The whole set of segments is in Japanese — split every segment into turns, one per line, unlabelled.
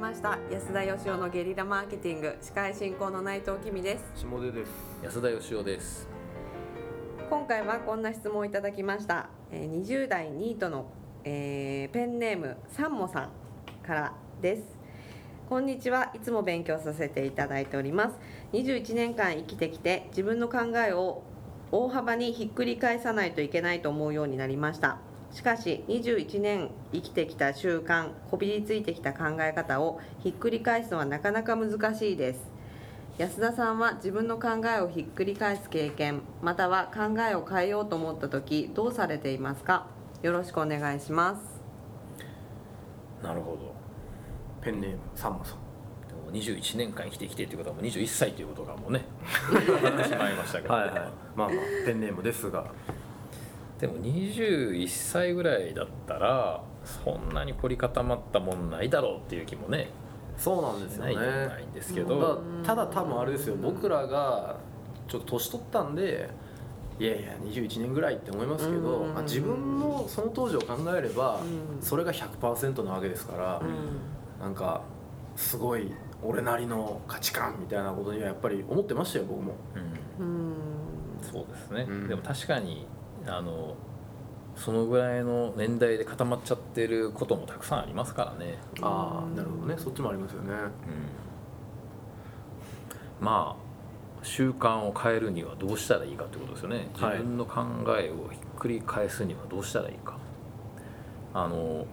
ました安田義雄のゲリラマーケティング司会進行の内藤君です
下出です
安田義雄です
今回はこんな質問をいただきましたえー20代ニートの、えーペンネームサンモさんからですこんにちはいつも勉強させていただいております21年間生きてきて自分の考えを大幅にひっくり返さないといけないと思うようになりましたしかし21年生きてきた習慣こびりついてきた考え方をひっくり返すのはなかなか難しいです安田さんは自分の考えをひっくり返す経験または考えを変えようと思った時どうされていますかよろしくお願いします
なるほど
ペンネームサンマさん
でも21年間生きてきてっていうことはもう21歳ということがもうね分かってしまいま したけど
はいはいまあまあペンネームですが
でも21歳ぐらいだったらそんなに凝り固まったもんないだろうっていう気もね
そうなんですよ
ない
ね
じゃないんですけ
ただ
ど
ただ多分あれですよ僕らがちょっと年取ったんでいやいや21年ぐらいって思いますけど、
うん
まあ、自分のその当時を考えれば
うん
それが100%なわけですから、なんかすごい俺なりの価値観みたいなことにはやっぱり思ってましたよ僕も
うん
うん
そうですね、
うん
でも確かにあのそのぐらいの年代で固まっちゃってることもたくさんありますからね
ああなるほどねそっちもありますよね
うんまあ習慣を変えるにはどうしたらいいかってことですよね自
はい
分の考えをひっくり返すにはどうしたらいいか、あの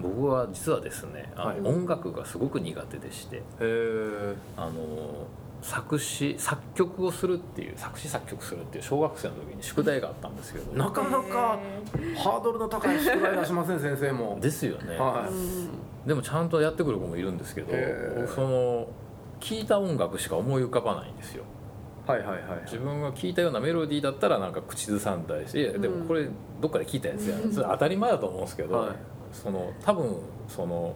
僕は実はですねあの、
はい
音楽がすごく苦手でして
へえ
あの作詞作曲をするっていう作詞作曲するっていう小学生の時に宿題があったんですけど
なかなかハードルの高い宿題出しません先生も
ですよね、
は
でもちゃんとやってくる子もいるんですけど
へえ
その聞いた音楽しか思い浮かばないんですよ
い、はいはいはい
自分が聞いたようなメロディーだったらなんか口ずさんだりしていやでもこれどっかで聞いたやつやん、それ当たり前だと思うんですけど、
はい
その多分その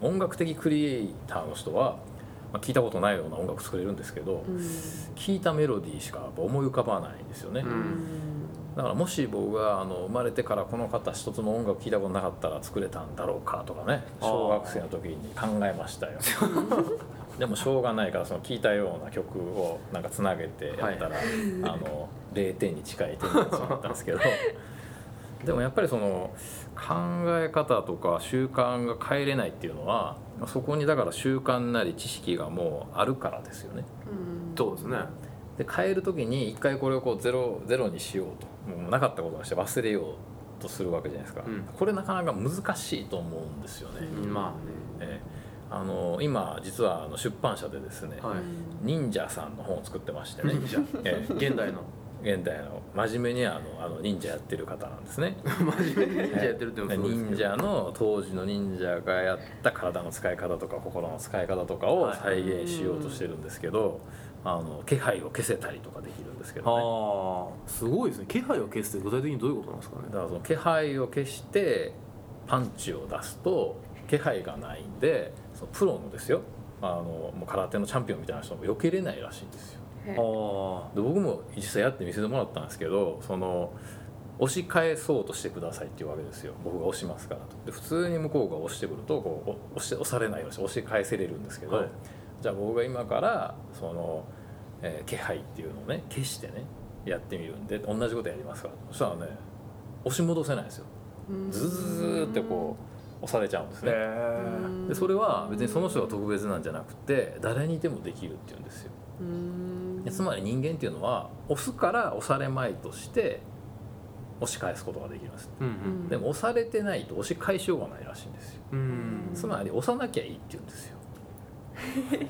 音楽的クリエイターの人は、まあ、聞いたことないような音楽作れるんですけど、聞いたメロディーしかやっぱ思い浮かばないんですよね、
うん
だからもし僕があの生まれてからこの方一つも音楽聴いたことなかったら作れたんだろうかとかね
あー
小学生の時に考えま したよでもしょうがないからその聴いたような曲をなんかつなげてやったら、あの0点に近い点になっちまったん ですけどでもやっぱりその考え方とか習慣が変えれないっていうのはそこにだから習慣なり知識がもうあるからですよね
そうですね
で変える時に一回これをこうゼロゼロにしようともうなかったことにして忘れようとするわけじゃないですか、
うん
これなかなか難しいと思うんですよね、
ま
ええあの今実はあの出版社でですね、
あね、はい、
忍者さんの本を作ってましてね
忍者
え
現代の
え現代の真面目にあのあの忍者やってる方なんですね
真面目に忍者やってるっていうのもすごいです
忍
けど
者の当時の忍者がやった体の使い方とか心の使い方とかを再現しようとしてるんですけど、あの気配を消せたりとかできるんですけどね
ああすごいですね気配を消すって具体的にどういうことなんですかね
だからその気配を消してパンチを出すと気配がないんでそのプロのですよあのもう空手のチャンピオンみたいな人も避けれないらしいんですよ
へ
あ
で僕も実際やって見せてもらったんですけどその押し返そうとしてくださいっていうわけですよ僕が押しますからとで普通に向こうが押してくるとこうお押して押されないようにして押し返せれるんですけど、
はい
じゃあ僕が今からその、えー気配っていうのをね消してねやってみるんで同じことやりますからそしたらね押し戻せないんですよズズズズーってこう押されちゃうんです
へ
ね
え
でそれは別にその人が特別なんじゃなくて誰にでもできるっていうんですよでつまり人間っていうのは押すから押されまいとして押し返すことができます
うんうん
でも押されてないと押し返しようがないらしいんですよ
うん
つまり押さなきゃいいって言う んですよ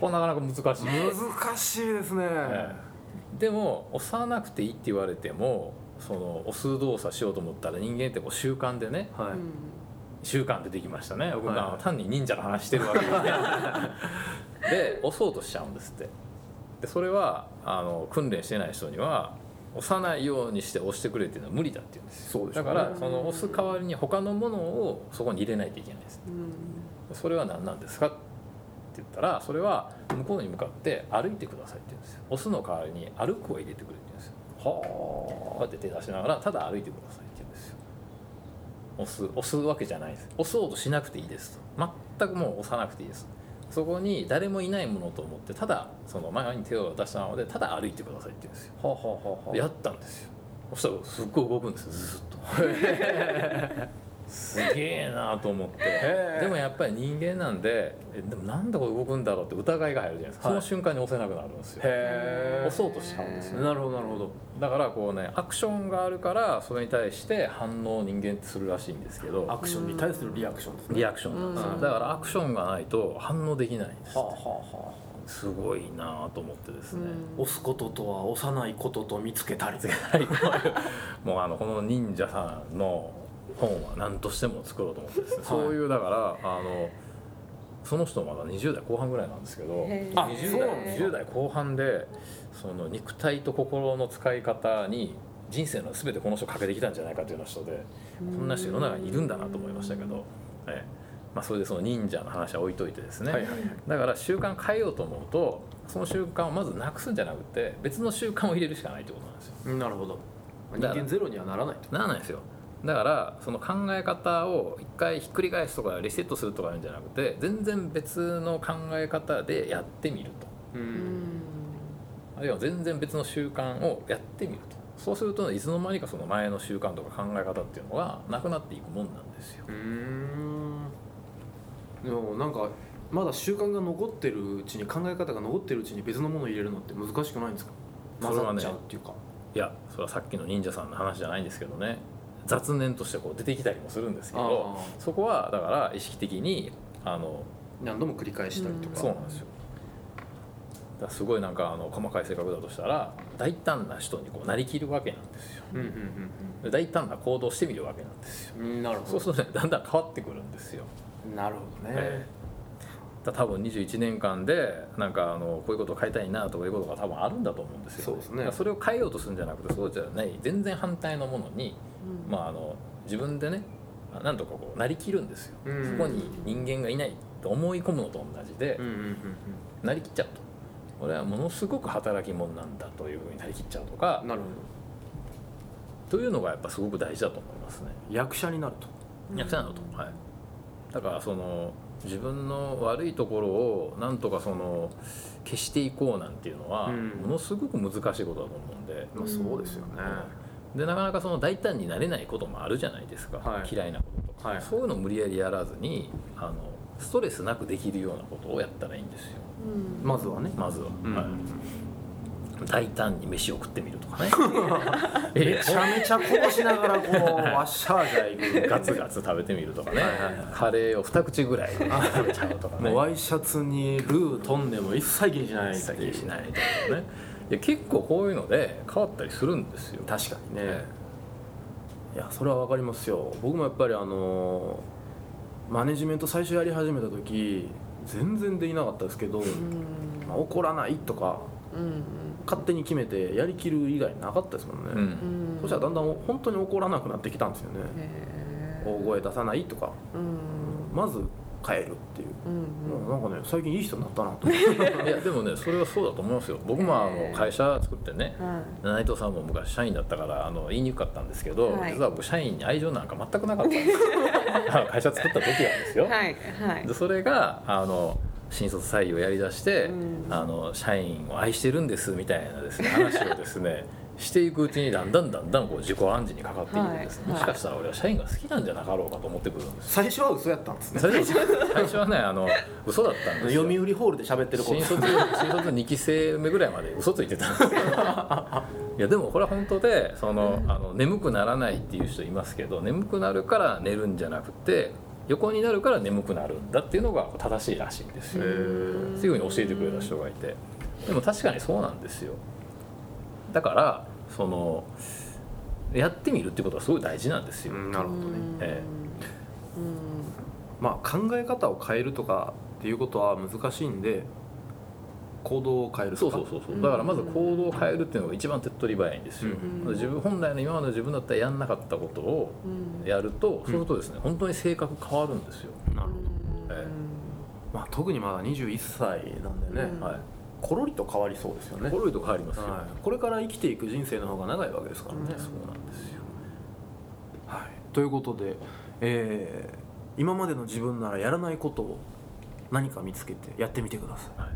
ここなかなか難しい
難しいですね、
えでも押さなくていいって言われてもその押す動作しようと思ったら人間ってこう習慣でね
はい、
習慣出てきましたね僕が、
はい
単に忍者の話してるわけですねで押そうとしちゃうんですってでそれはあの訓練してない人には押さないようにして押してくれっていうのは無理だって言うんですよ
そうでしょ
だ
う
か
ね
らその押す代わりに他のものをそこに入れないといけないですそれは何なんですかって言ったらそれは向こうに向かって歩いてくださいって言うんですよ押すの代わりに歩くを入れてくれって言うんですよこうやって手出しながらただ歩いてくださいって言うんですよ押す押すわけじゃないです押そうとしなくていいですと全くもう押さなくていいですそこに誰もいないものと思ってただその前に手を出したのでただ歩いてくださいって言うんですよ
はあ、はあはあはあ
やったんですよそしたらすっごい動くんですよずっとすげえなと思って
へえ
でもやっぱり人間なんでえでもなんでこれ動くんだろうって疑いが入るじゃないですか、
はい
その瞬間に押せなくなるんですよ
へえ
押そうとしちゃうんですよ
なるほどなるほど
だからこうねアクションがあるからそれに対して反応を人間ってするらしいんですけ
ア
ど
クションに対するリアクションですね
リアクションなんですよ、
うん
だからアクションがないと反応できないんです
はあはあはあ
すごいなと思ってですね、
押すこととは押さないことと見つけたり
はい、こういうもうあのこの忍者さんの本は何としても作ろうと思ってですね、
はい
そういうだからあのその人まだ20代後半ぐらいなんですけど
へ
20
ー
代
あそうなんですか
,20 代後半でその肉体と心の使い方に人生の全てこの人かけてきたんじゃないかというような人でこんな人世の中にいるんだなと思いましたけど、ええまあ、それでその忍者の話は置いといてですね、
はいはいはい
だから習慣変えようと思うとその習慣をまずなくすんじゃなくて別の習慣を入れるしかないってことなんですよ。
なるほど
だ
人
から
間ゼロにはならないと
ならないですよだからその考え方を一回ひっくり返すとかリセットするとかいうんじゃなくて全然別の考え方でやってみると
う
う
んん
あるいは全然別の習慣をやってみるとそうするといつの間にかその前の習慣とか考え方っていうのがなくなっていくもんなんですよ
うーんでもなんかまだ習慣が残ってるうちに考え方が残ってるうちに別のものを入れるのって難しくないんですか
そ
混
れ
ざ
は
っ
ね
ちゃうっていうか
いやそれはさっきの忍者さんの話じゃないんですけどね雑念としてこう出てきたりもするんですけど
あ
そこはだから意識的にあの
ー何度も繰り返したりとか、
そうなんですよだからすごいなんかあの細かい性格だとしたら大胆な人にこうなりきるわけなんですよ
うんうん
で大胆な行動をしてみるわけなんですよ
うんうんなる
そ
ほ
うす
ど
るとねだんだん変わってくるんですよ
なるほどね、
えだ多分21年間でなんかあのこういうことを変えたいなとかいうことが多分あるんだと思うんですよ、
そうですね
だからそれを変えようとするんじゃなくてそうじゃない全然反対のものに、
うん
まあ、あの自分でねなんとかこうなりきるんですよ、
うん
そこに人間がいないと思い込むのと同じで、
うんうんうん
なりきっちゃうと俺はものすごく働き者なんだというふうになりきっちゃうとか
うんなるほど
というのがやっぱすごく大事だと思いますね
役者になると
役者なのと、はい、だからその自分の悪いところをなんとかその消していこうなんていうのは
うん
ものすごく難しいことだと思うんで、
まあそうですよね、
でなかなかその大胆になれないこともあるじゃないですか、
はい
嫌いなこととか、
はい
そういうのを無理やりやらずにあのストレスなくできるようなことをやったらいいんですよ
うん
まずはね、
まずは、
うん
はい大胆に飯を食ってみる とかね
めちゃめちゃこうしながらこうわっしゃーじゃいく
ガツガツ食べてみるとかね
はいはいは
カレーを2口ぐらい食べちゃうとかね
もうワイシャツにルー飛んでも一切気にしない
一
って
切
いう
気にしないとかねいや結構こういうので変わったりするんですよ
確かにね、
え、
いやそれはわかりますよ僕もやっぱりあのーマネジメント最初やり始めた時全然できなかったですけど、
うん
まあ怒らないとか
うん
勝手に決めてやりきる以外なかったですもんね、
うんん
そしたらだんだん本当に怒らなくなってきたんですよね、
へ
大
ー
声出さないとか
うん
まず変えるっていう、
うんうん
もうなんかね最近いい人になったなと 思って
いやでもねそれはそうだと思いますよ僕もあ
え
の
え
会社作ってね
はい
内藤さんも昔社員だったからあの言いにくかったんですけど、
はい
実は僕社員に愛情なんか全くなかった んですよあの会社作った時はですよ、
はいはい
でそれがあの新卒採用やりだして、
うん
あの社員を愛してるんですみたいなですね話をですね していくうちにだんだんだんだんこう自己暗示にかかっていくんです、
はい
もしかしたら俺は社員が好きなんじゃなかろうかと思ってく るんです
最初は嘘やったんですね
最初最初はねあの嘘だったんですよ
読売ホールで喋ってること
新卒新卒2期生目ぐらいまで嘘ついてたんですよいやでもこれは本当でそのあの眠くならないっていう人いますけど眠くなるから寝るんじゃなくて横になるから眠くなるんだっていうのが正しいらしいんですよ
へ
ー
っていうふうに教えてくれた人がいてでも確かにそうなんですよだからそのやってみるってことはすごい大事なんですよ、
うんなるほどね、
うん
え
うん
まあ、考え方を変えるとかっていうことは難しいんで行動を変える
そ
と
う
か
そうそうそうだからまず行動を変えるっていうのが一番手っ取り早いんですよ、
うん
自分本来の今までの自分だったらやんなかったことを
うん
やるとそうするとですね、本当に性格変わるんですよ、
なるほど、
え
まあ、特にまだ21歳なんでね、
うん
はい
コロリと変わりそうですよね、
コロリと変わりますよ、
はい、これから生きていく人生の方が長いわけですからね、
うん
そうなんですよ
はい、ということで、えー今までの自分ならやらないことを何か見つけてやってみてくださ
は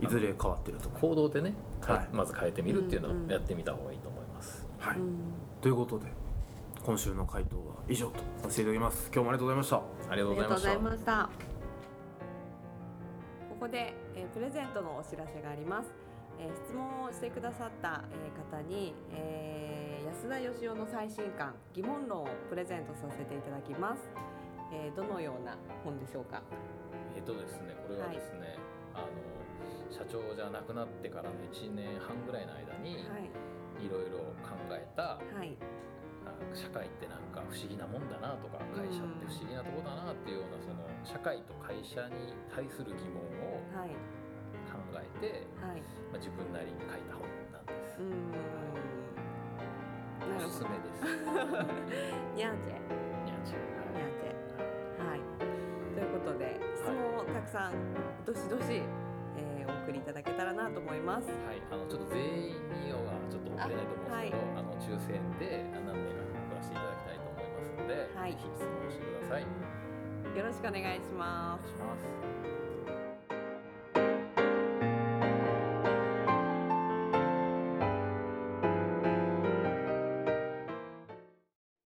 い
いいずれ変わってると思う
行動でね、
はい
まず変えてみるっていう
うんう
の
ん
をやってみた方がいいと思います、
はい、
うん
ということで今週の回答は以上とさせていただきます今日もありがとうございました
あり
あ
がとう
り
ご
が
ざい
とう
ま
ござい
した
ました。ここで、えープレゼントのお知らせがあります。えー質問をしてくださった、えー方に、えー安田義雄の最新刊疑問論をプレゼントさせていただきます。えーどのような本でしょうか。
えっとですね、これはですね、あの社長じゃなくなってからの1年半ぐらいの間に
はい
ろいろ考えた、
いはい
あ社会ってなんか不思議なもんだなとか会社って不思議なとこだなっていうようなその社会と会社に対する疑問を
はい
考えて、
はい。
まあ、自分なりに書いた本なんです
うー。ん。なる
おす
ほど
すめ。です。
にゃんちェ
にゃんちゅう
にゃんチェはい。ということで質問をたくさんどしどし、えーお送りいただけたらなと思います。
はい、あのちょっと全員にはちょっと送れないと思うんですけど、あ,、の抽選で何名か送らせていただきたいと思いますので、
はい
ぜひ質問してください。お
よ
願
ろしくお願いします
い。します。